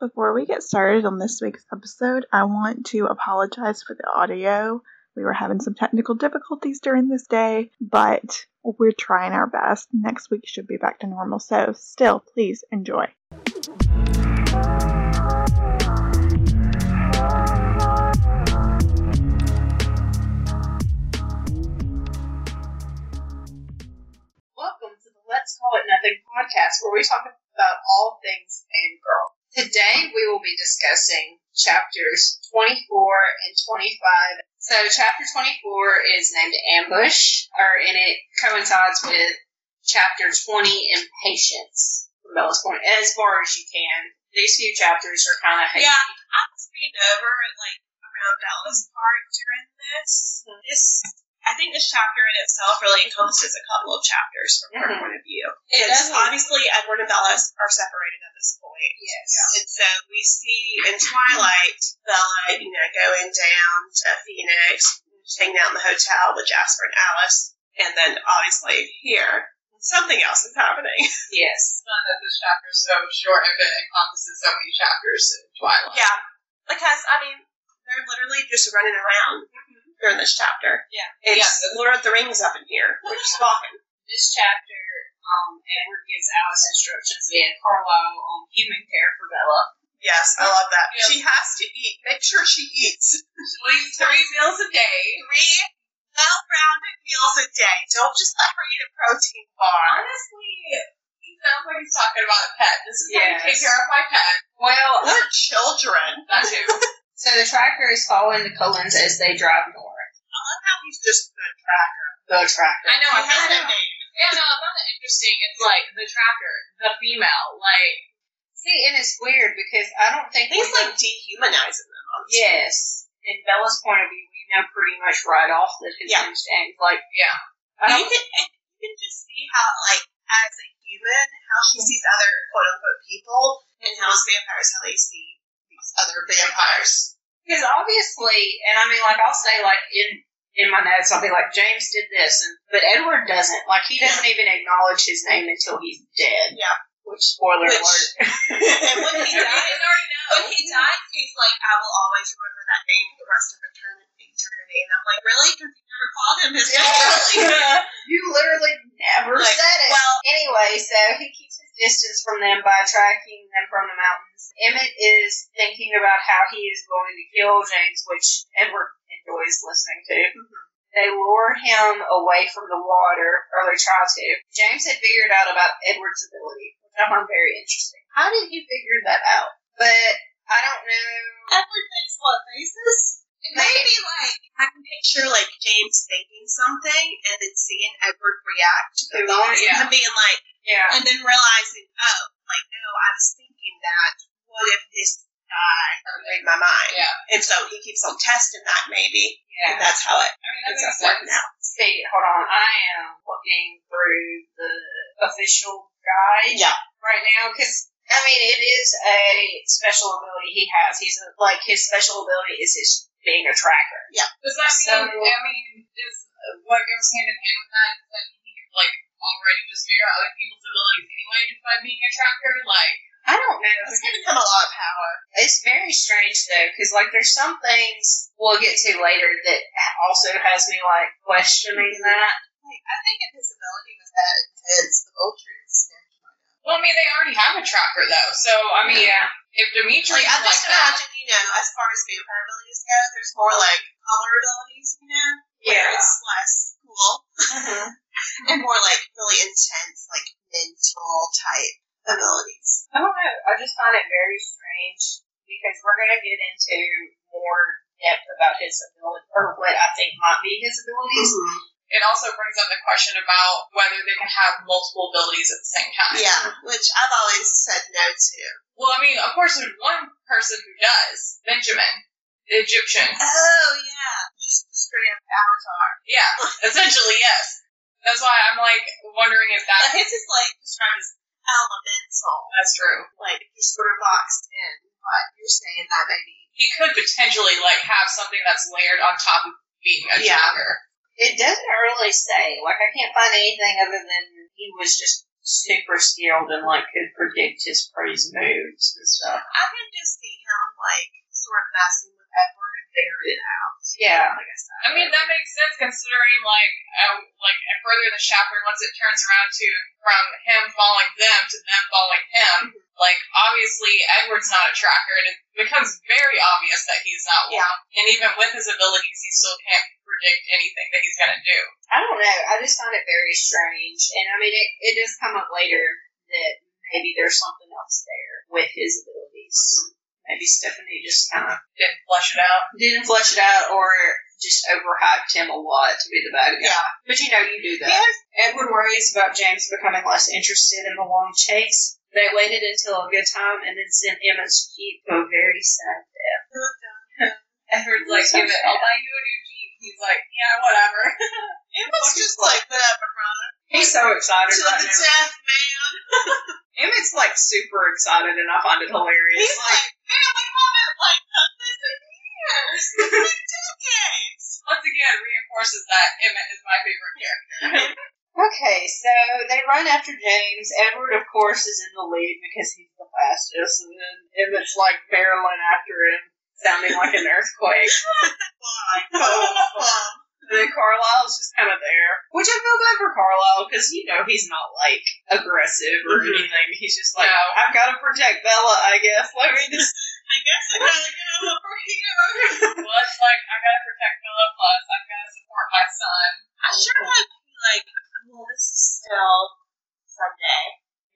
Before we get started on this week's episode, I want to apologize for the audio. We were having some technical difficulties during this day, but we're trying our best. Next week should be back to normal, so still, please enjoy. Welcome to the Let's Call It Nothing podcast, where we talk about all things fangirl. Today we will be discussing chapters 24 and 25. So, chapter 24 is named Ambush, or and it coincides with chapter 20, Impatience, from Bella's point, as far as you can. These few chapters are kind of Yeah, I was reading over like around Bella's part during this. Mhm. This, I think, this chapter in itself really encompasses a couple of chapters from her Mhm. point of view. It Because doesn't- obviously Edward and Bella are separated at this point. Yes. And so we see in Twilight Bella, you know, going down to Phoenix, hanging out in the hotel with Jasper and Alice, and then obviously here. Something else is happening. Yes. fun that this chapter is so short if it encompasses so many chapters in Twilight. yeah. Because, I mean, they're literally just running around during this chapter. Yeah. It's Yeah. Lord of the Rings up in here. We're just walking. this chapter, um, Edward gives Alice instructions via Carlisle on human care for Bella. Yes, I love that. Yeah. She has to eat. Make sure she eats. Three, three meals a day. Three well-rounded meals a day. Don't just let her eat a protein bar. Honestly, he sounds like he's talking about a pet. This is how you Yes. take care of my pet. uh, Well, We're children. Not you. so the tracker is following the Cullens as they drive north. I love how he's just the tracker. The tracker. I know, I He found has it. a name. Yeah, no, I found it interesting. It's like the tracker, the female. Like, See, and it's weird because I don't think He's we like dehumanizing them. Honestly. yes. In Bella's point of view, we know pretty much right off that his Yeah. name's James. Like, yeah. I don't, And you can and you can just see how like as a human how she sees other quote unquote people and how as vampires how they see these other vampires. because obviously, and I mean, like I'll say, like in in my notes, I'll be like, James did this, and but Edward doesn't. Like he doesn't even acknowledge his name until he's dead. Yeah. Which spoiler Which- alert. And when he Everybody dies, already knows. when he dies, he's like, I will always remember that name for the rest of eternity. eternity. And I'm like, really? Because you never called him his name. Yeah. you literally never Like, said it. well- anyway, so he keeps his distance from them by tracking them from the mountains. Emmett is thinking about how he is going to kill James, which Edward enjoys listening to. They lure him away from the water, or they try to. James had figured out about Edward's ability, which I found very interesting. How did he figure that out? But I don't know. Edward makes what faces? Maybe like I can picture like James thinking something and then seeing Edward react to the Yeah. thoughts and him being like, Yeah. and then realizing, oh, like no, I was thinking that. What if this guy read my mind? Yeah. And so he keeps on testing that maybe, Yeah. and that's how it I mean, that ends up makes working sense. out. See, hold on. I am looking through the official guide Yeah. right now because I mean it is a special ability he has. He's a, like his special ability is his being a tracker. Does that mean, So- I mean, is what goes hand in hand with that, does that mean he can, like, already just figure out other people's abilities anyway just by being a tracker? Like, I don't know. It's going to become a lot of power. It's very strange though because like there's some things we'll get to later that also has me like questioning that. Like, I think if his ability was that intense, the vultures. well, I mean, they already have a tracker, though, so, I mean, if Demetrius Like, I is just like that, imagine, you know, as far as vampire abilities go, there's more like color abilities, you know, where Yeah. it's less cool Mm-hmm. and more like really intense, like mental type abilities. I don't know. I just find it very strange because we're going to get into more depth about his ability or what I think might be his abilities. Mm-hmm. it also brings up the question about whether they can have multiple abilities at the same time. Yeah, which I've always said no to. Well, I mean, of course, there's one person who does Benjamin, the Egyptian. Oh yeah, just straight up Avatar. Yeah, essentially, yes. That's why I'm like wondering if But that. his is like described as elemental, That's true. like you're sort of boxed in. But you're saying that maybe he could potentially like have something that's layered on top of being a Yeah. tracker. It doesn't really say. Like, I can't find anything other than he was just super skilled and, like, could predict his prey's moves and stuff. I can just see him like sort of messing with Edward and figuring it out. Yeah. Like I said. I mean, that makes sense considering, like, uh, like uh, further in the chapter, once it turns around to from him following them to them following him, like, obviously Edward's not a tracker, and it becomes very obvious that he's not one. Yeah. And even with his abilities, he still can't predict anything that he's gonna do. I don't know. I just found it very strange. And I mean, it, it does come up later that maybe there's something else there with his abilities. Mm-hmm. Maybe Stephanie just kind of Didn't flush it out. didn't flesh it out or just overhyped him a lot to be the bad guy. Yeah. But you know, you do that. Yes. Edward worries about James becoming less interested in the long chase. They waited until a good time and then sent Emma to keep a very sad death. Edward's like, So give it, I'll sad. buy you a new Jeep. He's like, yeah, whatever. It was just like whatever, brother. He's so excited To right the now. death, man. Emma's like super excited and I find it hilarious. He's like, man, we haven't like done this in years, like decades. Once again, reinforces that Emmett is my favorite character. Okay, so they run after James. Edward, of course, is in the lead because he's the fastest, and then Emmett's like barreling after him, sounding like an earthquake. Why? And then Carlisle's just kind of there, which I feel bad for Carlisle because you know he's not like aggressive or Mhm. anything. He's just like, No. I've got to protect Bella, I guess. Let me just I guess I gotta get over here. Well, it's like, I gotta protect Philip, plus I'm gonna support my son. I sure hope he like. Well, this is still Sunday.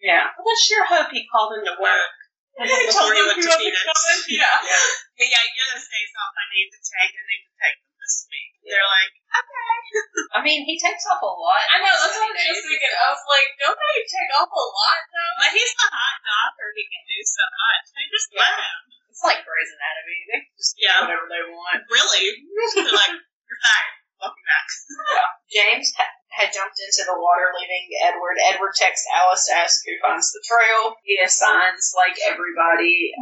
yeah. I was sure hope he called into work. Before he went to Phoenix. Yeah. Yeah. But yeah, you're those days off I need to take. I need to take them this week. They're like, okay. I mean, he takes off a lot. I know, that's what I was just thinking. I was like, don't they take off a lot, though? But he's a hot doctor. He can do so much. They just let him. It's like Grey's Anatomy. They can just do Yeah. whatever they want. Really? They're like, you're fired. Welcome back. James ha- had jumped into the water, leaving Edward. Edward texts Alice to ask who finds the trail. He assigns, like everybody,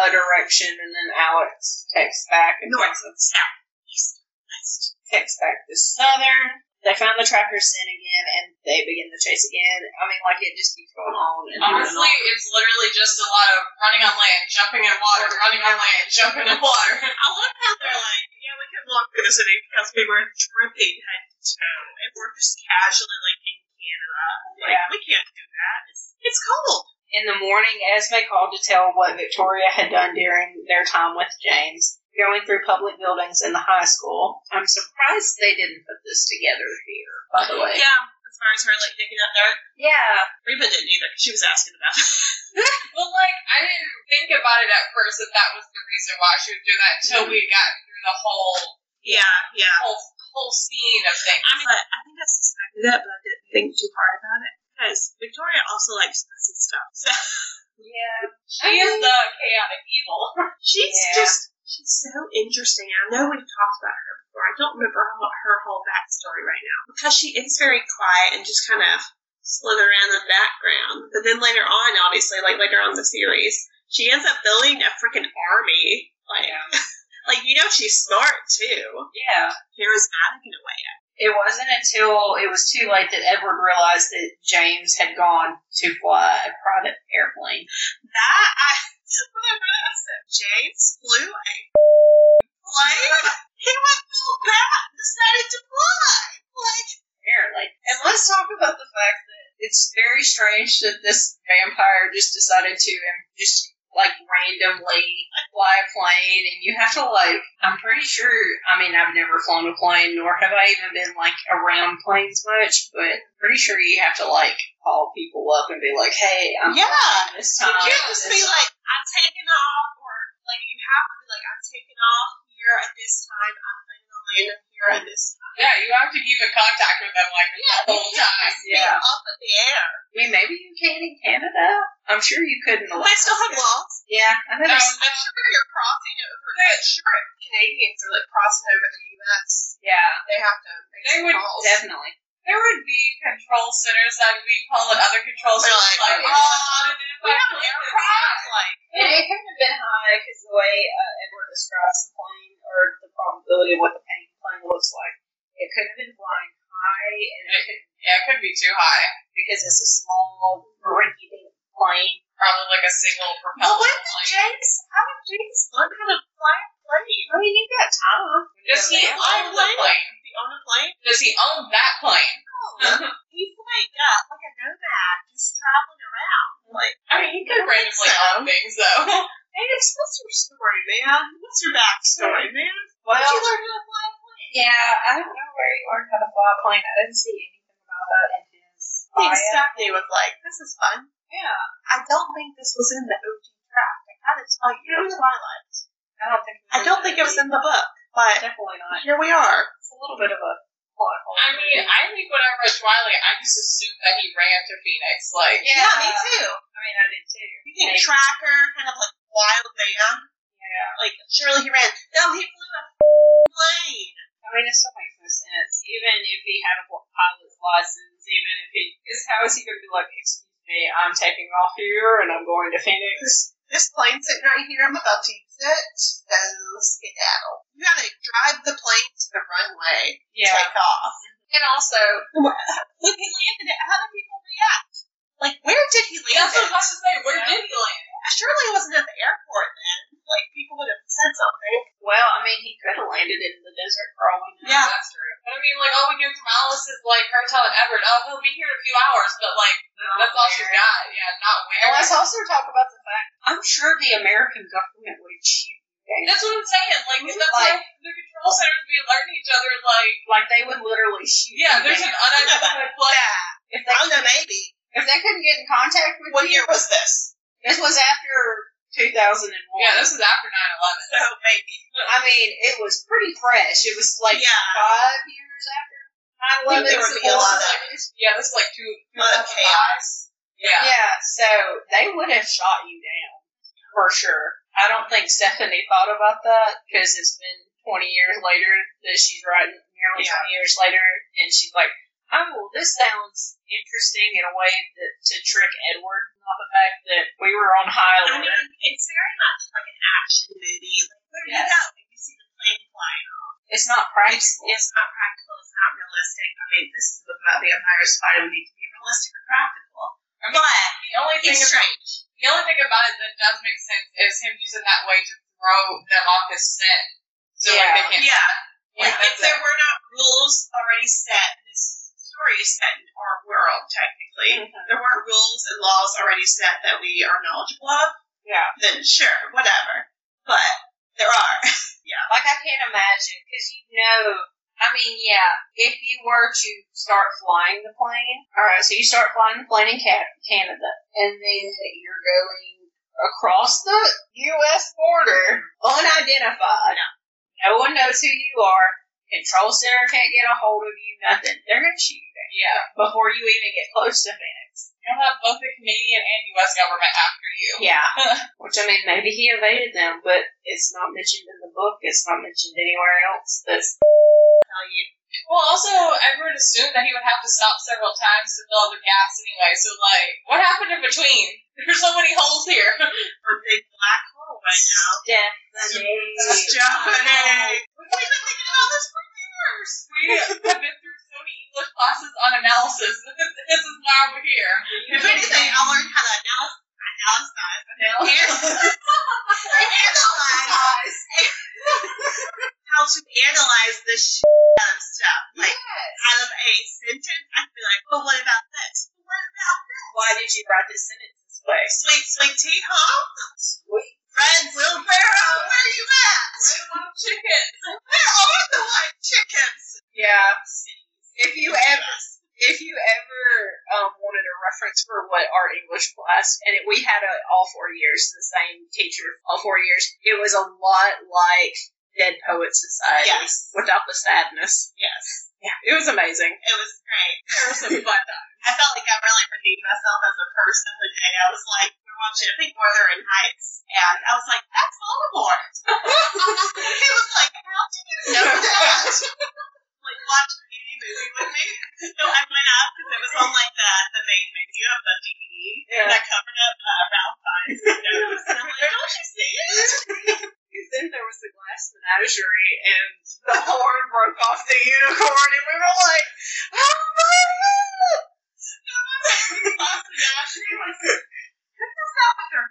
a direction, and then Alex texts back and North, texts, south, east, west. texts back to Southern. They find the tracker's sin again, and they begin the chase again. I mean, like, it just keeps going on and on and Honestly, on. it's literally just a lot of running on land, jumping in water, running on land, jumping in water. I love how they're like, yeah, we can walk through the city because we were dripping head to toe, and we're just casually like in Canada. Like, Yeah. we can't do that. It's, it's cold. In the morning, Esme called to tell what Victoria had done during their time with James, going through public buildings in the high school. I'm surprised they didn't put this together here, by the way. Yeah, as far as her like digging up there, Yeah. Reba didn't either. 'cause She was asking about it. Well, like, I didn't think about it at first that that was the reason why she would do that until we got through the whole, yeah, yeah. whole, whole scene of things. I mean, but I think I suspected it, but I didn't think too hard about it because Victoria also likes messy stuff. So Yeah. She is the chaotic evil. she's Yeah. just she's so interesting. I know we've talked about her before. I don't remember her, her whole backstory right now because she is very quiet and just kind of slither around in the background. But then later on, obviously, like later on in the series, she ends up building a freaking army. Like, like you know, she's smart too, Yeah. charismatic in a way. It wasn't until it was too late that Edward realized that James had gone to fly a private airplane. That I when I read it, I said James flew a plane. He went full bat and decided to fly. Like Apparently. And let's talk about the fact that it's very strange that this vampire just decided to um, just like randomly fly a plane and you have to like I'm pretty sure I mean I've never flown a plane nor have I even been like around planes much, but pretty sure you have to like call people up and be like, Hey, I'm Yeah. flying this time. you can't just be this like I'm taking off, or like you have to be like I'm taking off here at this time. I'm planning on landing here at this time. Yeah, you have to keep in contact with them, like, the you whole can't time. just be Yeah. up in the air. I mean, maybe you can in Canada. I'm sure you could in They still have Alaska. laws. Yeah, I know. No, there's- no. I'm sure you're crossing over. I'm sure Canadians are like crossing over the U.S. Yeah, They have to. Make They some would calls. definitely. There would be control centers that would be calling other control They're centers like, like, "Oh, We have an aircraft. Like And it couldn't have been high because the way uh, Edward describes the plane or the probability of what the plane plane looks like, it couldn't have been flying high, and it couldn't, Yeah, it could be too high. because it's a small, rinky dink plane. Probably like like a single Well, propeller. when did like, James? How did James learn how to fly a plane? I mean, you got time. does he Yeah, own the plane. plane? He owned a plane. Does he own that plane? No, he's like uh, like a nomad, just traveling around. Like, I mean, he could I don't think randomly so. own things though. hey, what's your story, man? What's your backstory, man? Well, Well- did you learn how to fly a plane? Yeah, I don't know where he learned how to fly a plane. I didn't see anything about that in his I think bio. Stephanie was like, "This is fun." Yeah, I don't think this was in the OG draft. I gotta tell you, it was Twilight. I don't think. I don't think it was in the book, but Definitely not. here we are. It's a little bit of a plot hole. I mean, I think when I read Twilight, I just assumed that he ran to Phoenix. Like, Yeah. me too. I mean, I did too. You think Tracker, kind of like wild man, Yeah. like surely he ran. No, he flew a plane. I mean, it still makes no sense. Even if he had a pilot's license, even if he is, how is he going to be like, excuse me, I'm taking off here and I'm going to Phoenix? This plane sitting right here. I'm about to use it. So skedaddle. You gotta drive the plane to the runway. to Take off. and also When he landed it, how did people react? Like, where did he land that's what I was it? about to say. Where Yeah. did he land? surely it wasn't at the airport then. Like people would have said something. Well, I mean, he could have landed in the desert for all we know. Yeah. that's true. But I mean, like, all we get from Alice is like her telling Edward, "Oh, he'll be here in a few hours," but like, that's all she's got. Yeah, not where. And let's also talk about the fact I'm sure the American government would shoot That's what I'm saying. Like, Who's that's like- like the control centers be alerting each other. Like, Like they would literally shoot. yeah, you there's an down. unidentified plane. if I they don't know, maybe. if they couldn't get in contact with What you. year was this? This was after 2001. Yeah, this is after 9/11. So maybe. I mean, it was pretty fresh. It was like yeah. five years after 9/11. There would be a lot of- Yeah. Yeah, this is like two. A lot of chaos. Yeah. so they would have shot you down for sure. I don't think Stephanie thought about that because it's been 20 years later that she's writing, nearly Yeah. 20 years later, and she's like, "Oh, well, this sounds interesting in a way that to trick Edward, not the fact that we were on high I alert." mean, it's very much like an action movie. Like where do you Yes. go if you see the plane flying? it's It's, not practical. it's not practical. It's not realistic. I mean, this is about vampires fighting. We need to be realistic or practical. I mean, But the only thing it's about strange. The only thing about it that does make sense is him using that way to throw them off his scent. So like they Yeah. can't Yeah. Like, Yeah, if that's there it. were not rules already set, this story is set in our world, technically. Mhm. There weren't rules and laws already set that we are knowledgeable of, Yeah. then sure, whatever. But there are. Like I can't imagine because you know. I mean, yeah. If you were to start flying the plane, all right. So you start flying the plane in Ca- Canada, and then you're going across the U.S. border unidentified. No one knows who you are. Control center can't get a hold of you. Nothing. They're gonna shoot you down Yeah. before you even get close to Phoenix. You'll have both the Canadian and US government after you. Yeah. Which I mean, maybe he evaded them, but it's not mentioned in the book. It's not mentioned anywhere else. That's tell you. Well also Edward assumed that he would have to stop several times to fill up the gas anyway, so like what happened in between? There's so many holes here. A big black hole right now. Stephanie. Stephanie! We've been thinking about this for years! We have been through so many English classes on analysis. this is why we're here. If anything, I learned how to analyze, analyze, analyze, analyze how to analyze the shit out of stuff. Like, out of a sentence, I'd be like, but what about this? But what about Why did you write this sentence this way? sweet, sweet tea, huh? Sweet. Red Wheelbarrow, where you at? Red chicken. Where are the white chickens? Yeah. If you ever, if you ever um, wanted a reference for what our English class, and it, we had it all four years, the same teacher all four years, it was a lot like Dead Poets Society Yes. without the sadness. Yes. Yeah, it was amazing. It was great. There was some fun times. I felt like I really redeemed myself as a person the day I was like, we're watching, I think, Wuthering Heights, and I was like, that's Voldemort. he was like, how do you know that? like, watch any movie with me. So I went up because it was on like the, the main menu of the DVD, and I covered up uh, Ralph Fiennes' notes, and I'm like, don't you see it? Because then there was the glass menagerie, and the horn broke off the unicorn, and we were like, oh my god! Who does that with their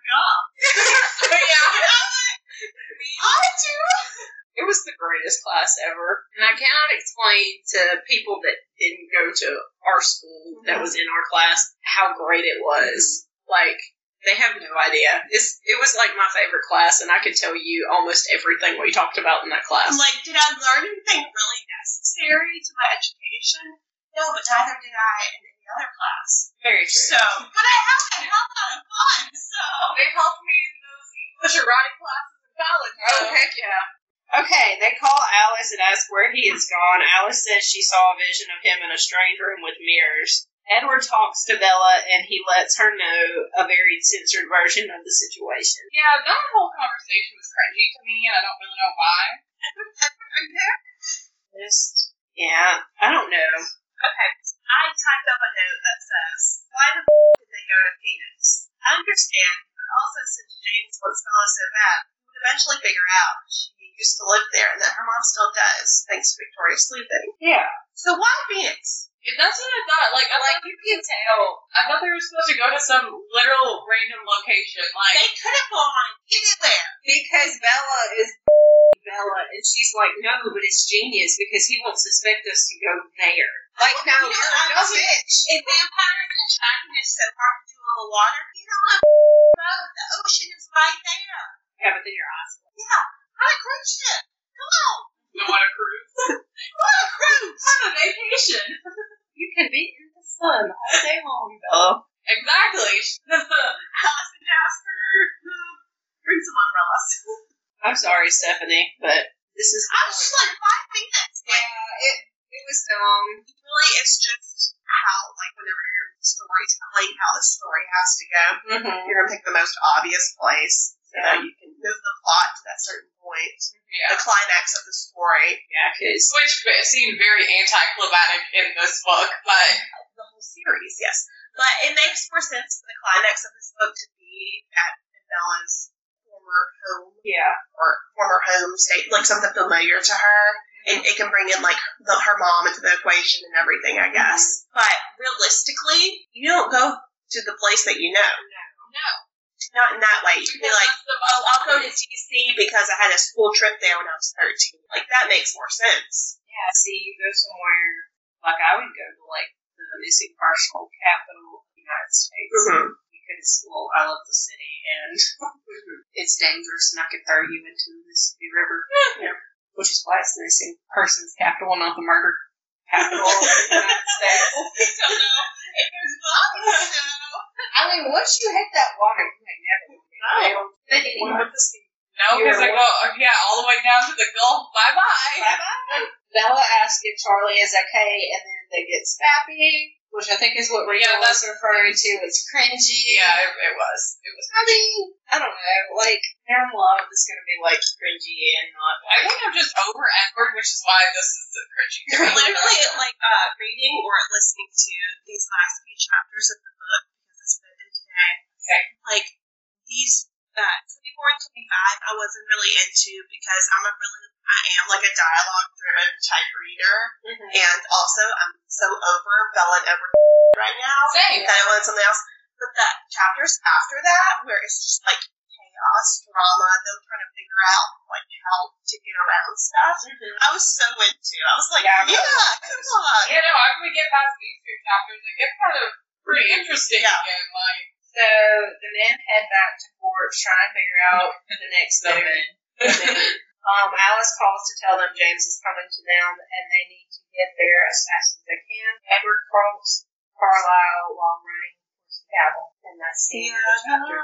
greatest class ever. And I cannot explain to people that didn't go to our school that was in our class how great it was. Like, they have no idea. It's, it was like my favorite class, and I could tell you almost everything we talked about in that class. I'm like, did I learn anything really necessary to my education? No, but neither did I in any other class. Very true. So, but I had a hell lot of fun. So, They helped me in those English erotic classes in college. Oh, heck yeah. Okay, they call Alice and ask where he has gone. Alice says she saw a vision of him in a strange room with mirrors. Edward talks to Bella and he lets her know a very censored version of the situation. Yeah, that whole conversation was cringy to me, and I don't really know why. Just, yeah, I don't know. okay, I typed up a note that says, "Why the f- did they go to Phoenix?" I understand, but also since James wants Bella so bad, we would eventually figure out she used to live there and that her mom still does, thanks to Victoria Sleuthing. Yeah. So why Phoenix? Yeah, That's what I thought. Like, I like you can tell. I thought they were supposed to go to some literal random location. Like, They could have gone anywhere. Because Bella is Bella, and she's like, no, but it's genius because he won't suspect us to go there. Like, You know, no, I'm you're a Oh, not- bitch. And vampires and tracking is so hard to do on the water. You don't have boat. The ocean is right there. Yeah, but then your eyes. Yeah, on a cruise ship. Come on, no want a cruise. on a cruise. Have a vacation. You can be in the sun all day long, Bella. Exactly. Alice and Jasper, who bring some umbrellas. I'm sorry, Stephanie, but this is. I was just like, why Phoenix? Like, it it was dumb. really, it's just how, like, whenever you're storytelling, how the story has to go. Mm-hmm. You're gonna pick the most obvious place so Yeah. that you can move the plot to that certain point, Yeah. the climax of the story. Yeah, because Which ve- seemed very anticlimactic in this book, but the whole series, yes. But it makes more sense for the climax of this book to be at Bella's former home yeah, or former home state, like something familiar to her. And it can bring in like the, her mom into the equation and everything, I guess. But realistically, you don't go to the place that you know. no. Not in that way. You can be like, That's the oh, most- I'll go to DC because I had a school trip there when I was 13. Like that makes more sense. yeah. See, you go somewhere like I would go to like the missing partial capital of the United States Mm-hmm. Mhm. because well, I love the city and Mm-hmm. it's dangerous, and I could throw you into the Mississippi River, yeah. which is why it's the missing persons capital, not the murder capital of the United States. So no, if there's bombs, no. I mean, once you hit that water, you may never get down. What the sea? No, because I go, yeah, all the way down to the Gulf. Bye bye. Bella asks if Charlie is okay, and then they get snappy, which I think is what Rita Yeah, was that's- referring to as cringy. Yeah, it, it was. It was. I mean, I don't know. Like, their love is going to be like cringy and not. I think I'm just over Edward, which is why this is the cringy. literally like uh, reading or listening to these last few chapters of the book because it's what I did today. Okay. Like these uh, 24 and 25, I wasn't really into because I'm a really I am like a dialogue driven type reader, Mm-hmm. and also I'm so over Bella and Edward right now Same. that I wanted something else. But the chapters after that, where it's just like chaos, drama, them trying to figure out like how to get around stuff. I was so into. I was like, Yeah, yeah, I really come on. Yeah, no, after we get past these two chapters, it gets kind of pretty interesting Yeah. again. Like, So the men head back to Fort trying to figure out the next Move. moment. And then, um, Alice calls to tell them James is coming to them and they need to get there as fast as they can. Edward calls Carlisle while running towards the gavel. And that's the end of the chapter.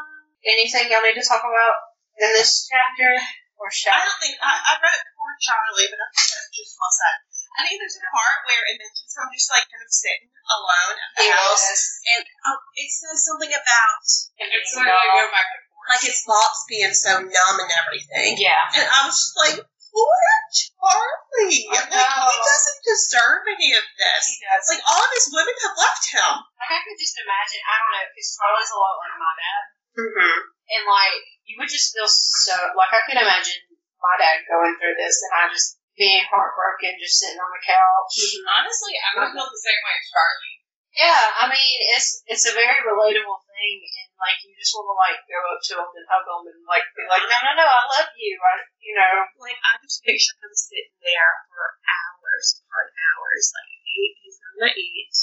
Anything y'all need to talk about in this chapter? Or shall I don't think I, I wrote poor Charlie, but I think that's just well said. I think there's a part where it mentions him just like kind of sitting alone at the house, and oh, it says something about it's like they go back and forth. like his thoughts being so numb and everything. Yeah. And I was just like, poor Charlie. Like, I he know. doesn't deserve any of this. He does. Like all of his women have left him. Like, I could just imagine, I don't know, because Charlie's a lot like my dad. Mm-hmm. And, like, you would just feel so, like, I could imagine my dad going through this and I just being heartbroken, just sitting on the couch. Mm-hmm. Honestly, I would feel the same way as Charlie. Yeah, I mean, it's it's a very relatable thing. And, like you just want to like go up to him and hug him and like be like, no, no, no, I love you. I, you know, Like I just picture him sitting there for hours upon hours. Like he, he's gonna eat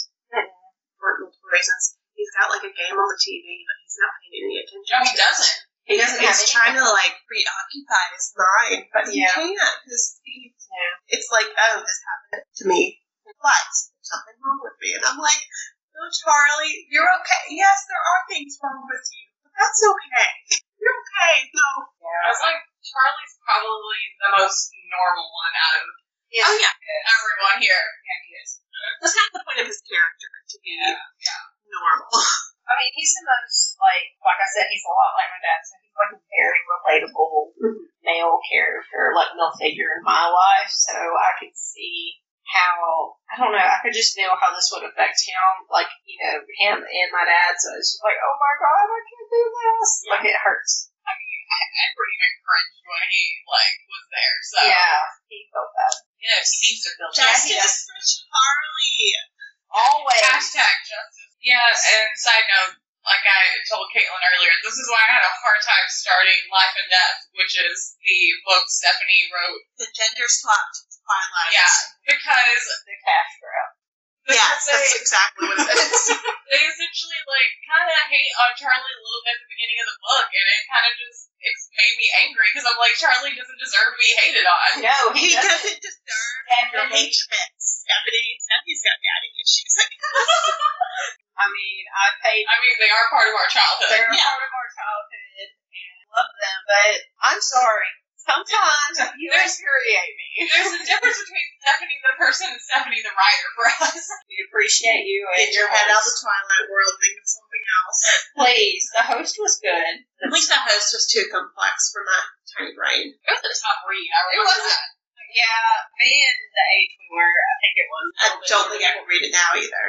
multiple reasons. He's got like a game on the TV, but he's not paying any attention. No, to he doesn't. it. He doesn't. He doesn't He's have trying to like preoccupy his mind, but he Yeah. can't because he. Yeah. It's like, oh, this happened to me, but there's something wrong with me, and I'm like, no, Charlie, you're okay. Yes, there are things wrong with you, but that's okay. You're okay. No. I was like, Charlie's probably the most normal one out of yeah. yeah. everyone here. yeah, he is. That's not the point of his character to be Yeah, yeah. normal. I mean, he's the most like, like I said, he's a lot like my dad. So he's like a very relatable male character, like male figure in my life. So I could see how I don't know. I could just feel how this would affect him, like you know, him and my dad. So it's just like, oh my god, I can't do this. Like it hurts. I mean, I- Edward even cringed when he like was there. So Yeah, he felt that yes, he needs to feel Yeah, justice. he does. Justice for Charlie. always. Hashtag justice. Yeah, and side note, like I told Caitlin earlier, this is why I had a hard time starting Life and Death, which is the book Stephanie wrote. The gender swapped Twilight. Yeah, because the cash grab. because Yes, that's they, exactly what it is. they essentially like kind of hate on Charlie a little bit at the beginning of the book, and it kind of just it made me angry because I'm like Charlie doesn't deserve to be hated on. No, he he, doesn't. doesn't deserve the Definitely. hatred. Stephanie, Stephanie's got daddy issues. Like, I mean, I paid I mean, they are part of our childhood. They're a part of our childhood and love them, but I'm sorry. Sometimes you There's- infuriate me. There's a difference between Stephanie the person and Stephanie the writer for us. We appreciate you and get your head out of the host. Twilight world. Think of something else. Please, the host was good. At least the host was too complex for my tiny brain. It was a tough read. I It remember was a- that. Yeah, being the age we were, I think it was. I don't think I can read it now either.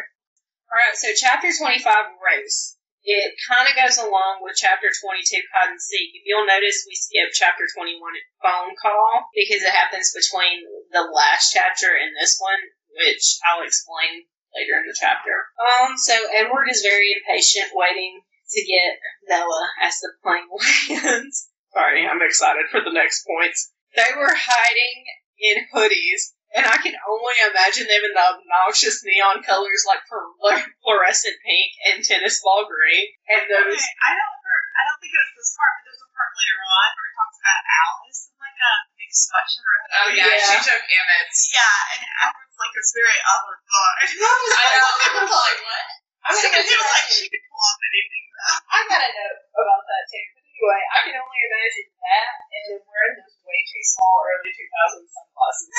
All right, so chapter 25, Race. It kind of goes along with chapter 22, Hide and Seek. If you'll notice, we skip chapter 21, Phone Call, because it happens between the last chapter and this one, which I'll explain later in the chapter. Um, so Edward is very impatient, waiting to get Bella as the plane lands. Sorry, I'm excited for the next points. They were hiding in hoodies and I can only imagine them in the obnoxious neon colors like fluor- fluorescent pink and tennis ball green. And those. Okay, I don't remember. I don't think it was this part, but there's a part later on where it talks about Alice in like a big sweatshirt. Or Oh yeah, Yeah. she took Emmett's. yeah, and Edward's like this very avant garde. I know. I was like, what? I'm She gonna could do do like she could pull off anything. I got a note about that too. But anyway, I can only imagine that and then wearing those way too small early 2000s sunglasses.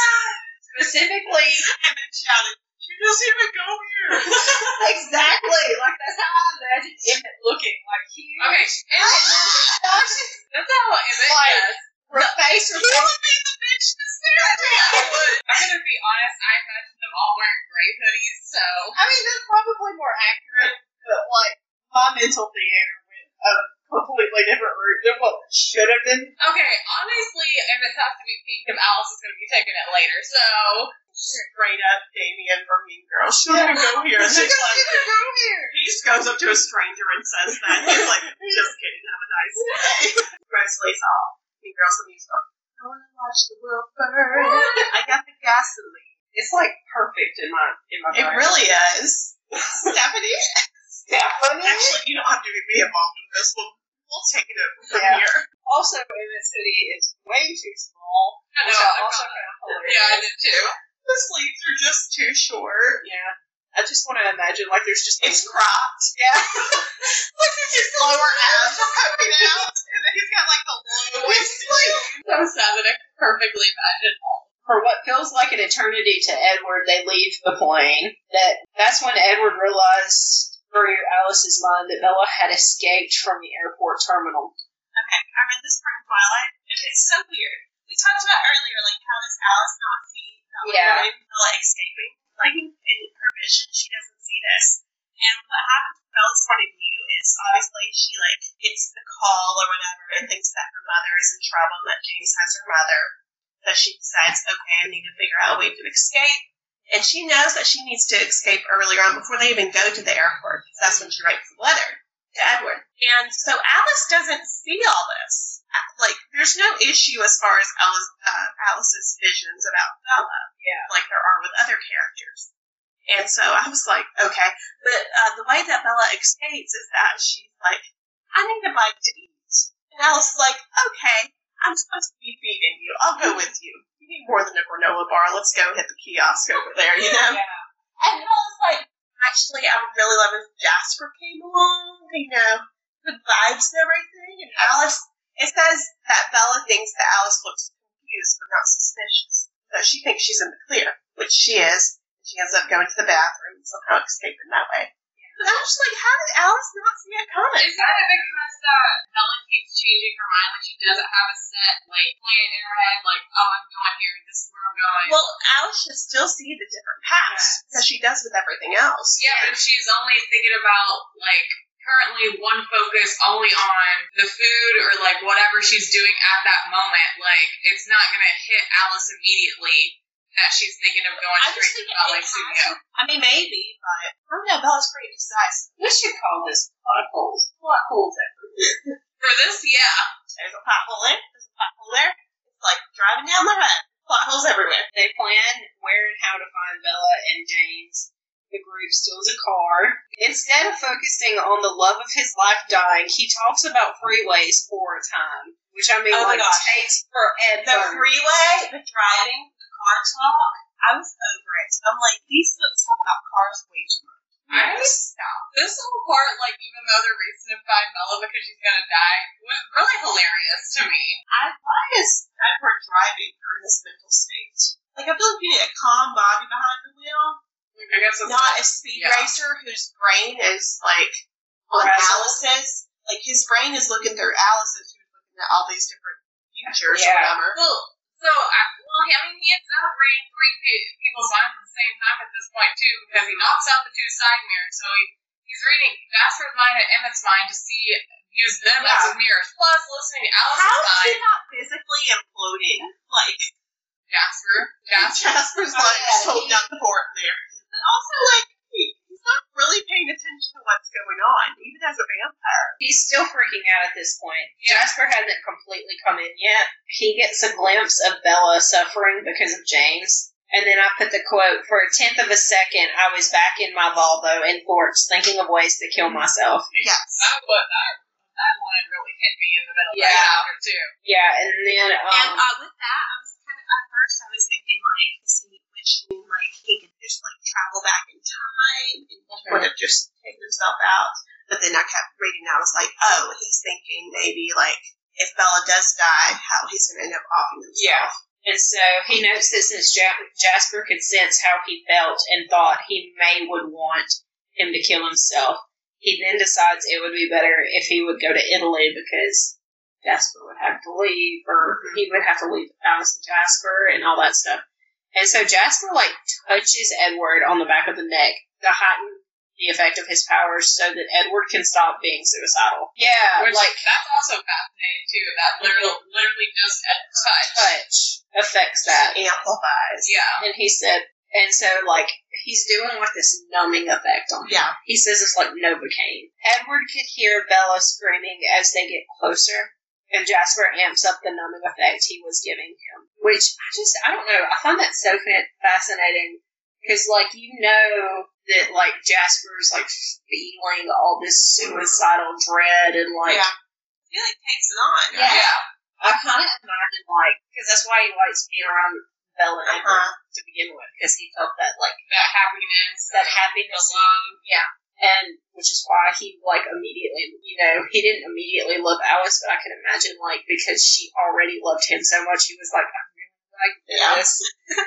Specifically, and then shouted, "She doesn't even go here." exactly. Like that's how I imagine Emmett looking. Like he. Okay, Emmett. That's how Emmett Like, does. Her face was like, I'm gonna be honest. I imagine them all wearing gray hoodies. So I mean, that's probably more accurate, but like my mental theater went a completely different route than what it should have been. okay, honestly, Emmett has to be pink, and Alice is gonna be taking it later. So Straight up, Damien from Mean Girls. She doesn't even go here. And then, like, he just goes up to a stranger and says that. He's like, "Just kidding. Have a nice day." Rose Lee's off. Mean Girls the musical. I want to watch the world burn. I got the gasoline. It's like perfect in my in my It really is. Stephanie? Actually, you don't have to be involved with this. We'll, we'll take it over from Yeah. here. Also, Emmett's hoodie is way too small. I Which know. I I also got- found yeah, I hilarious. did too. The sleeves are just too short. Yeah. I just want to imagine like there's just It's cropped. yeah. Look at his lower abs are coming out, and then he's got like the low waisted jeans. So sad that I could perfectly imagine all. for what feels like an eternity to Edward, they leave the plane. That that's when Edward realized through Alice's mind that Bella had escaped from the airport terminal. Okay, I read this part in Twilight. It, it's so weird. We talked about earlier, like how does Alice not see Bella Yeah. going, Bella escaping? Like in her vision, she doesn't see this. And what happens from Bella's point of view is obviously she like gets the call or whatever and thinks that her mother is in trouble and that James has her mother. So she decides, okay, I need to figure out a way to escape. And she knows that she needs to escape earlier on before they even go to the airport. 'cause That's when she writes the letter. to Edward. And so Alice doesn't see all this. Uh, Like, there's no issue as far as Alice, uh, Alice's visions about Bella, Yeah. like there are with other characters. And so I was like, okay. But uh, the way that Bella escapes is that she's like, I need a bite to eat. And Alice is like, okay, I'm supposed to be feeding you. I'll go with you. You need more than a granola bar. Let's go hit the kiosk over there, you know? Yeah. And I was like, actually, I would really love if Jasper came along, you know, the vibes and everything. And Alice, it says that Bella thinks that Alice looks confused but not suspicious. So she thinks she's in the clear, which she is. She ends up going to the bathroom and somehow escaping that way. But I was just like, how did Alice not see it coming? Is that it because that Ellen keeps changing her mind when she doesn't have a set like plan in her head, like, oh, I'm going here, this is where I'm going. Well, Alice should still see the different paths, Yes. as she does with everything else. yeah, but she's only thinking about like currently one focus only on the food or like whatever she's doing at that moment. Like, it's not gonna hit Alice immediately that she's thinking of going I just straight think to it Ballet has Studio. to- I mean, maybe, but I don't know. Bella's pretty decisive. We should call this plot holes. Plot holes. For this, yeah. There's a pothole there. There's a pothole there. It's like driving down the road. Plot holes everywhere. They plan where and how to find Bella and James. The group steals a car. Instead of focusing on the love of his life dying, he talks about freeways for a time, which I mean, Oh my like, gosh. takes forever. The freeway, the driving, the car talk. I was over it. I'm like, these folks talk about cars way too much. I stop. This whole part, like, even though they're racing to find Bella because she's gonna die, was really hilarious to me. I why is Edward driving her in this mental state? Like I feel like you need a calm body behind the wheel, I guess it's not a speed Yeah. racer whose brain is like on Frazzled. Alice's. Like his brain is looking through Alice's, who's looking at all these different futures Yeah. or whatever. Well, so I, well, I mean, he ends up reading three pe- people's minds at the same time at this point too, because he knocks out the two side mirrors. So he, he's reading Jasper's mind and Emmett's mind to see use them as a mirror, plus listening to How Alice's is she mind. not physically imploding? Like Jasper, Jasper. Jasper's Oh, like yeah, just holding out the fort there, but also like he- he's not really paying attention to what's going on, even as a vampire. He's still freaking out at this point. Yeah. Jasper hasn't completely come in yet. He gets a glimpse of Bella suffering because of James. And then I put the quote, for a tenth of a second, I was back in my Volvo in Forks thinking of ways to kill myself. Yes, That one, that, that line really hit me in the middle Yeah. right after too. Yeah, and then, um, and uh, with that, I was kind of at first I was thinking like, is he wishing like he could just like travel back in time and would have just taken himself out? But then I kept reading, and I was like, oh, he's thinking maybe like if Bella does die, how he's going to end up offing himself. Yeah. And so he notes that since ja- Jasper could sense how he felt and thought he may would want him to kill himself, he then decides it would be better if he would go to Italy because Jasper would have to leave, or he would have to leave Alice and Jasper and all that stuff. And so Jasper like touches Edward on the back of the neck to heighten the effect of his powers, so that Edward can stop being uh, suicidal. Yeah, Which, like like that's also fascinating too. That literally, literally just a touch. touch affects that. amplifies. Yeah. And he said, and so like he's doing with this numbing effect on him. Yeah. He says it's like Novocaine. Edward could hear Bella screaming as they get closer, and Jasper amps up the numbing effect he was giving him. Which I just I don't know. I find that so fa- fascinating because like you know that like Jasper's like feeling all this suicidal dread and like yeah. I feel like takes it on. Yeah. yeah. I kind of imagine like because that's why he likes being around Bella and Edward Uh-huh. to begin with because he felt that like That happiness. that the happiness love. yeah and which is why he like immediately you know he didn't immediately love alice but i can imagine like because she already loved him so much he was like i really like Yeah. this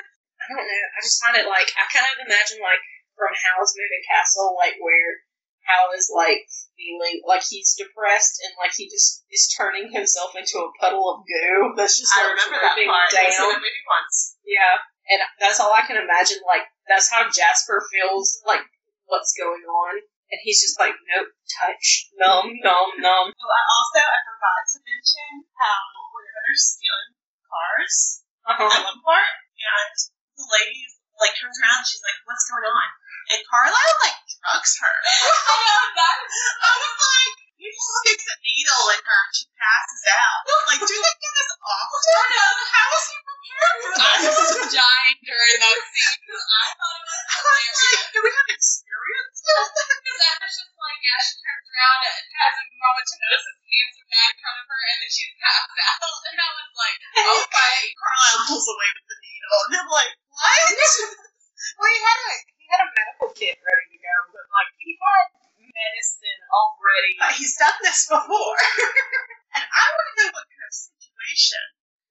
i don't know i just find it like i kind of imagine like from howl's moving castle like where hal is like feeling like he's depressed and like he just is turning himself into a puddle of goo that's just I like, remember that dripping part. I've seen down. the movie once. Yeah, and that's all I can imagine. Like that's how Jasper feels. Like what's going on, and he's just like, nope, touch, numb, numb, numb. Oh, I also I forgot to mention how whenever they're stealing cars, Uh-huh. at one part, and the lady like turns around and she's like, "What's going on?" And Carlisle like drugs her. I know that. I was like, sticks a needle in her and she passes out. Like, do they do this often? How is he prepared for I this? was dying during that scene because I thought it was hilarious. do we have experience? Because I was just like, yeah, she turns around and has a momentanosis handsome guy in front of her, and then she's passed out. And I was like, okay. Carlisle pulls away with the needle, and I'm like, what? Well, he had a he had a medical kit ready to go, but like he had medicine already. But he's done this before. and I want to know what kind of situation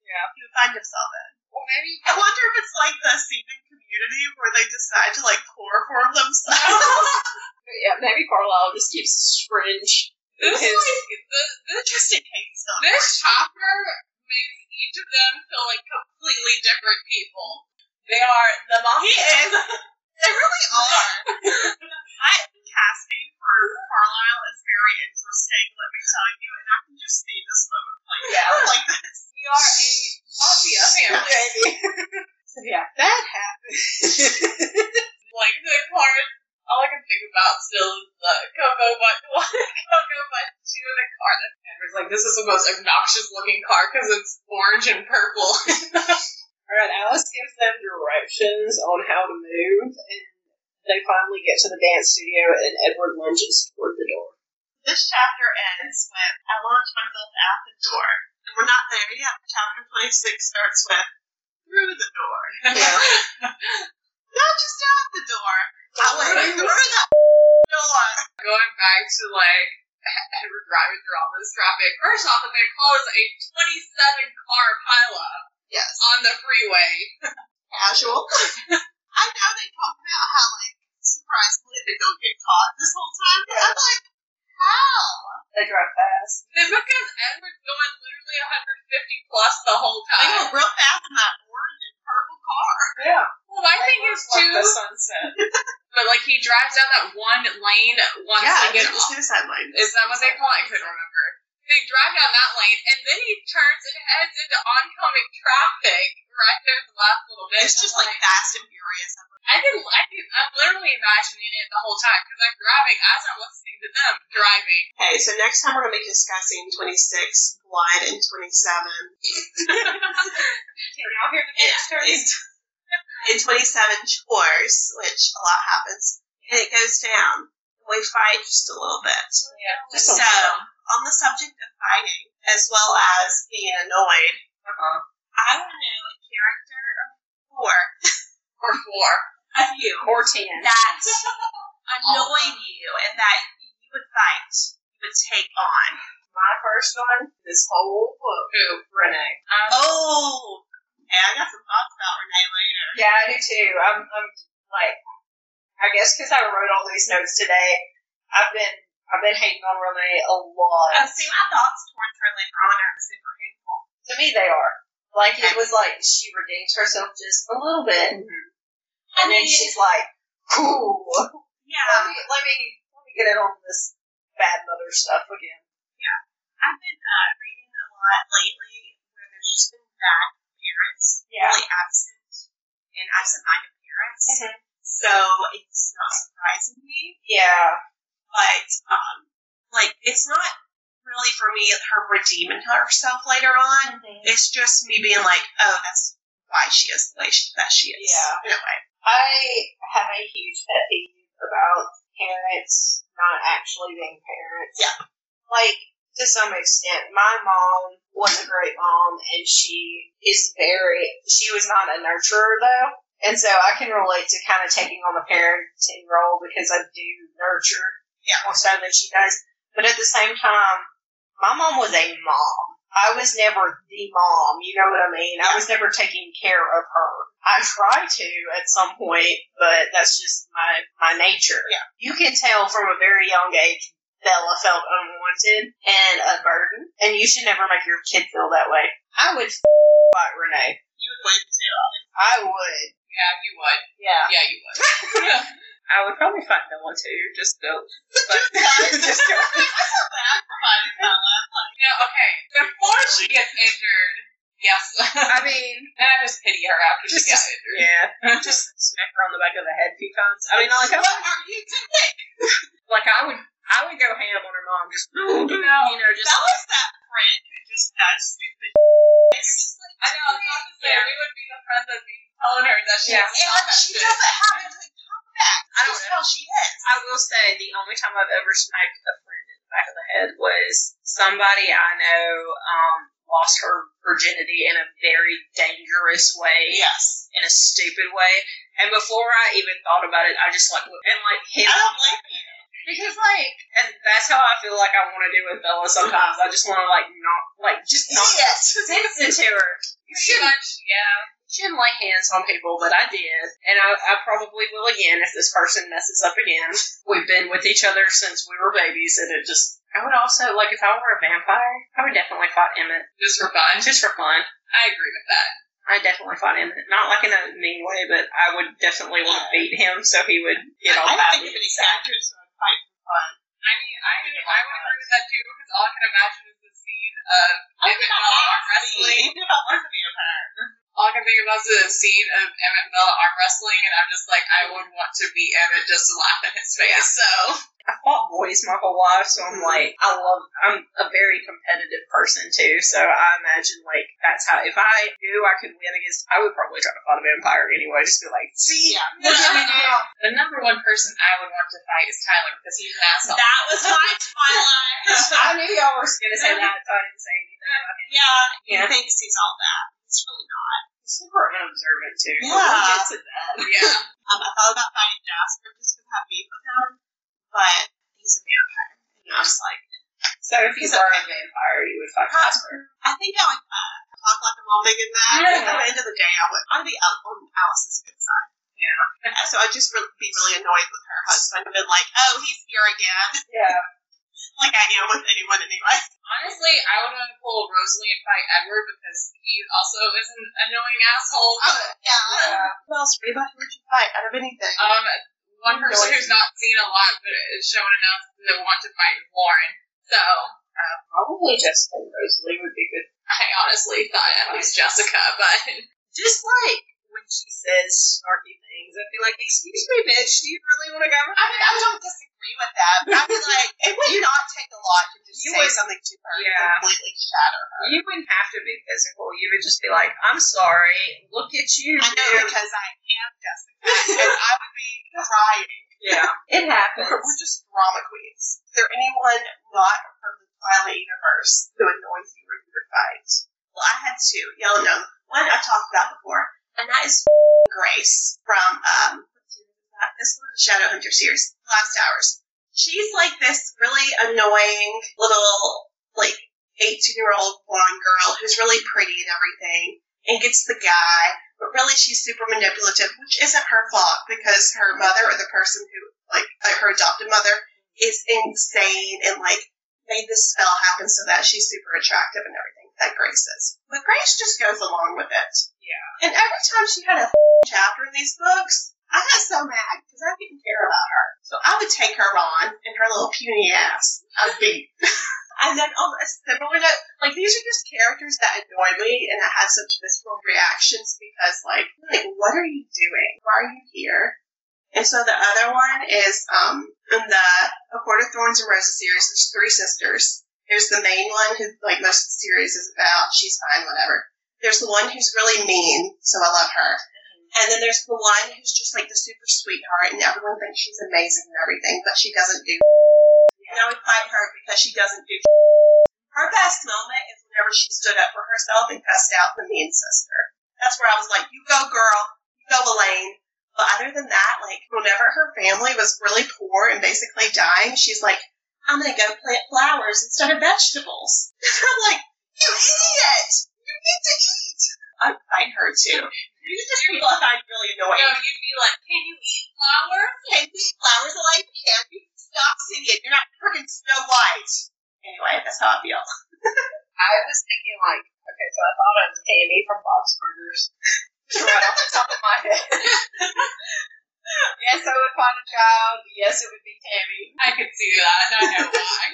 Yeah. he would find himself in. Well, maybe I wonder if it's like the scene in Community where they decide to like chloroform Oh, themselves. yeah, maybe Carlisle just keeps syringe. This His- like the, this Just in case he's not. this chopper makes each of them feel like completely different people. They are the He mafia. is. They really are. I casting for Carlisle is very interesting, let me tell you, and I can just see this moment playing out Yeah. like this. We are a mafia family. So yeah, that happened. Like the cars. All I can think about still is the Coco Butt One, Coco Butt Two, and the car that Edward's like, this is the most obnoxious looking car because it's orange and purple. All right, Alice gives them directions on how to move, and they finally get to the dance studio, and Edward lunges toward the door. This chapter ends with I launched myself out the door. And we're not there yet. Chapter 26 starts with through the door. Not just out the door. I went through the door. Going back to like Edward driving through all this traffic. First off, if they cause a 27 car pileup Yes. on the freeway, Casual. I know they talk about how, like, surprisingly they don't get caught this whole time, but I'm like, how? They drive fast. It's because Edward's going literally 150 plus the whole They time. go real fast in that orange and purple car. Yeah, Well, my thing is too, sunset. but like he drives down that one lane once. like, it- suicide line. is that what they call it? I couldn't remember. They drive down that lane, and then he turns and heads into oncoming traffic right there at the last little bit. It's just like fast and furious. I can, I can, I'm literally imagining it the whole time because I'm driving as I'm listening to them driving. Okay, so next time we're going to be discussing 26, Blood, and 27. Can y'all hear the dance in, in 27 chores, which a lot happens, and it goes down. We fight just a little bit. Yeah. So, on the subject of fighting, as well as being annoyed, Uh-huh. I want to know a character of four Or four. of you Or ten. that annoyed you and that you would fight, you would take on. My first one, this whole book, Who? Renee. Um, Oh! And I got some thoughts about Renee later. Yeah, I do too. I'm, I'm like, I guess because I wrote all these notes today, I've been, I've been hating on Renee a lot. Oh, see, my thoughts towards her later on aren't super hateful. to me, they are. Like it was like she redeems herself just a little bit, and then she's like, "Cool, let yeah. me let me let me get in on this bad mother stuff again." I've been uh, reading a lot lately where there's just been bad parents, Yeah. really absent and absent-minded parents. Mhm. So it's not surprising me, Yeah, but um, like it's not really for me her redeeming herself later on. Mm-hmm. It's just me being like, oh, that's why she is the way she, that she is. in Yeah. a way. I have a huge pet peeve about parents not actually being parents. Yeah. like to some extent, my mom was a great mom, and she is very. She was not a nurturer though, and so I can relate to kind of taking on the parenting role because I do nurture Yeah. more so than she does. But at the same time, my mom was a mom. I was never the mom. You know what I mean? I was never taking care of her. I try to at some point, but that's just my my nature. Yeah. You can tell from a very young age Bella felt unwanted and a burden, and you should never make your kid feel that way. I would f- fight Renee. You would win too. I would. yeah, you would. Yeah. Yeah, you would. I would probably fight Bella too, just to. Just to no, okay. Before she gets injured, yes. I mean, And I just pity her after she Just- got injured. yeah, just smack her on the back of the head a few times. I mean, like, I, what are you doing? like I would, I would go ham on her mom, just you know, just Bella's that friend who just does stupid. I know. I was about to say Yeah. we would be the friend that'd be telling her that she Yeah. has to stop that shit. have any comeback. I don't Just know. how she is. I will say the only time I've ever sniped a friend in the back of the head was somebody I know um, lost her virginity in a very dangerous way, Yes. in a stupid way. And before I even thought about it, I just like and like hit. I don't blame you. because like, and that's how I feel like I want to do with Bella. Sometimes I just want to like not like just not Yes. listen to her. You Pretty shouldn't much, yeah. shouldn't lay hands on people, but I did, and I, I probably will again if this person messes up again. We've been with each other since we were babies, and it just. I would also like if I were a vampire, I would definitely fight Emmett Just for fun. just for fun. I agree with that. I definitely fought Emmett, not like in a mean way, but I would definitely want to beat him so he would get all I don't happy. think of any characters who would fight for fun. I mean, I I Yeah. would agree with that too because all I can imagine is the scene of I Emmett think Bella I arm am wrestling. Even if I was a vampire. All I can think about is the scene of Emmett Bella arm wrestling, and I'm just like, I would want to be Emmett just to laugh in his face. So. I fought boys my whole life, so I'm like, I love. I'm a very competitive person too, so I imagine like that's how. If I knew I could win against, I would probably try to fight a vampire anyway. Just be like, see, Yeah. Look at me now. The number one person I would want to fight is Tyler because he's an asshole. That was my Twilight. I knew y'all were gonna say that, so I didn't say anything about him. yeah. He Yeah. thinks he's all that. It's really not. He's super unobservant too. Yeah. We'll get to that. yeah. Um, I thought about fighting Jasper just because I have beef with him, but he's a vampire. And I was like, So if you He's were a okay. vampire, you would fight Casper. I think I would uh, talk like a mom big in that. At Yeah. the end of the day, I would I would be out on Alice's good side. Yeah. So I'd just re- be really annoyed with her husband and been like, oh, he's here again. Yeah. like I am with anyone anyway. Honestly, I would want to pull Rosalie and fight Edward because he also is an annoying asshole. Oh, yeah. Uh, Who else, Reba? Who would you fight out of anything? Um, one person Annoying. who's not seen a lot but is shown enough to want to fight is Warren. So Probably Jessica and Rosalie would be good. I honestly thought at least Jessica, but Just like when she says snarky things, I'd be like, "Excuse me, bitch, do you really want to go?" I mean, I don't disagree with that, but I'd be like, it would not take a lot to just You say would- something to her Yeah. and completely shatter her. You wouldn't have to be physical. You would just be like, "I'm sorry. Look at I you." know dude." because I am Jessica, and I would be crying. Yeah, it happens. We're, we're just drama queens. Is there anyone not from the Twilight universe who annoys you or you would fight? Well, I had two. Y'all know one I've talked about before, and that is Grace from um, what's her name? Uh, this one, the Shadowhunter series, Last Hours. She's like this really annoying little like eighteen year old blonde girl who's really pretty and everything, and gets the guy. But really, she's super manipulative, which isn't her fault because her mother or the person who like uh, her adopted mother is insane and like made this spell happen so that she's super attractive and everything that Grace is. But Grace just goes along with it. Yeah. And every time she had a chapter in these books, I got so mad because I didn't care about her. So I would take her on and her little puny ass. I'd beat. and then on a similar note, like these are just characters that annoy me and I have such visceral reactions because like, like what are you doing? Why are you here? And so the other one is um, in the A Court of Thorns and Roses series. There's three sisters. There's the main one who, like, most of the series is about. She's fine, whatever. There's the one who's really mean, so I love her. Mm-hmm. And then there's the one who's just like the super sweetheart, and everyone thinks she's amazing and everything, but she doesn't do. And I would fight her because she doesn't do. Her best moment is whenever she stood up for herself and cussed out the mean sister. That's where I was like, "You go, girl. You go, Elaine." But other than that, like whenever her family was really poor and basically dying, she's like, I'm gonna go plant flowers instead of vegetables. I'm like, You idiot! You need to eat. I'd fight her too. These are just people I find really you know, annoying. you'd be like, "Can you eat flowers?" Can you eat flowers alive? Can you stop singing? You're not freaking Snow White. Anyway, that's how I feel. I was thinking like, okay, so I thought of Tammy from Bob's Burgers. Just right off the top of my head. yes, I would find a child. Yes, it would be Tammy. I could see that. and I know why.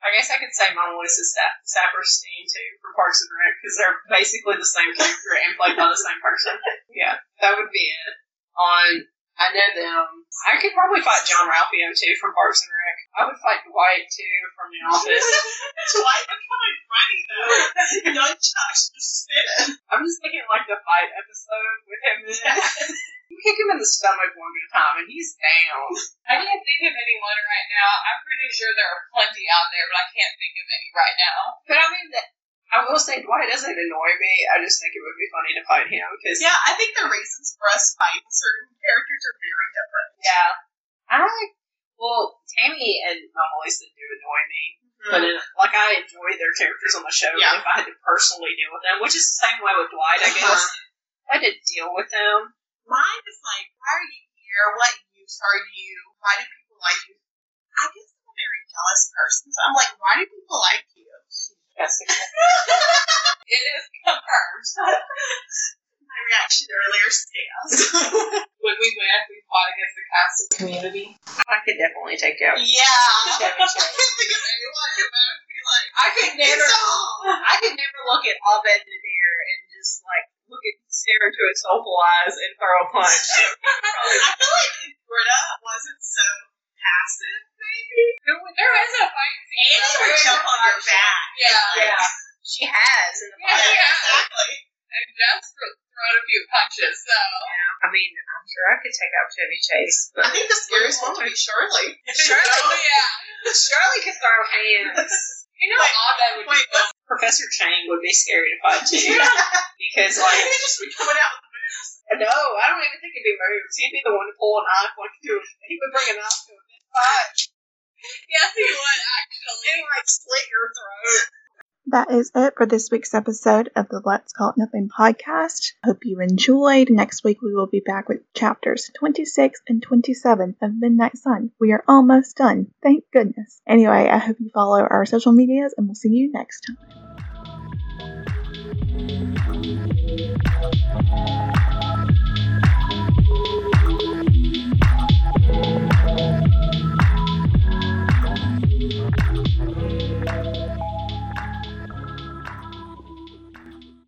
I guess I could say my voice is Sa- Saperstein too from Parks and Rec because they're basically the same character and played by the same person. Yeah, that would be it. On I know them. I could probably fight John Ralphio too from Parks and Rec. I would fight Dwight too from The Office. Dwight becoming running though. Nunchucks just spinning. I'm just thinking like the fight episode with him in. it. you kick him in the stomach one good time and he's down. I can't think of anyone right now. I'm pretty sure there are plenty out there, but I can't think of any right now. But I mean, the, I will say Dwight doesn't annoy me. I just think it would be funny to fight him because Yeah, I think the reasons for us fighting certain characters are very different. yeah, I well, Tammy and Mom Lisa do annoy me, but in, like I enjoy their characters on the show. Hmm. but Yeah. If I had to personally deal with them, which is the same way with Dwight, I guess. If I had to deal with them. Mine is like, why are you here? What use are you? Why do people like you? I guess I'm a very jealous person, so I'm like, why do people like you? That's it is confirmed. My reaction earlier stands. When we win, we fought against the cast of Community. I could definitely take you. out. yeah. I Chevy Chase. can't think of anyone who would be like, I could never. it's all. I could never look at Abed Nadir and just like look at stare into his soulful eyes and throw a punch. I feel like if Britta wasn't so passive, maybe. There is a fight scene. Annie though. would There is jump a on fight your scene. back. Yeah. yeah, she has in the Yeah, past. yeah. exactly. And Jeff's thrown a few punches, so. I mean, I'm sure I could take out Chevy Chase, but I think the scariest one would be Shirley. Oh, yeah. Shirley could throw hands. You know, Wait, all that would Wait, be. what's Professor Chang would be scary to fight too, because like? like. He just be coming out. No, I don't even think he'd be moves. He'd be the one to pull a knife like to. He would bring a knife to a fist fight Yes, he would, actually. and like slit your throat. That is it for this week's episode of the Let's Call It Nothing podcast. Hope you enjoyed. Next week we will be back with chapters 26 and 27 of Midnight Sun. We are almost done. Thank goodness. Anyway, I hope you follow our social medias and we'll see you next time.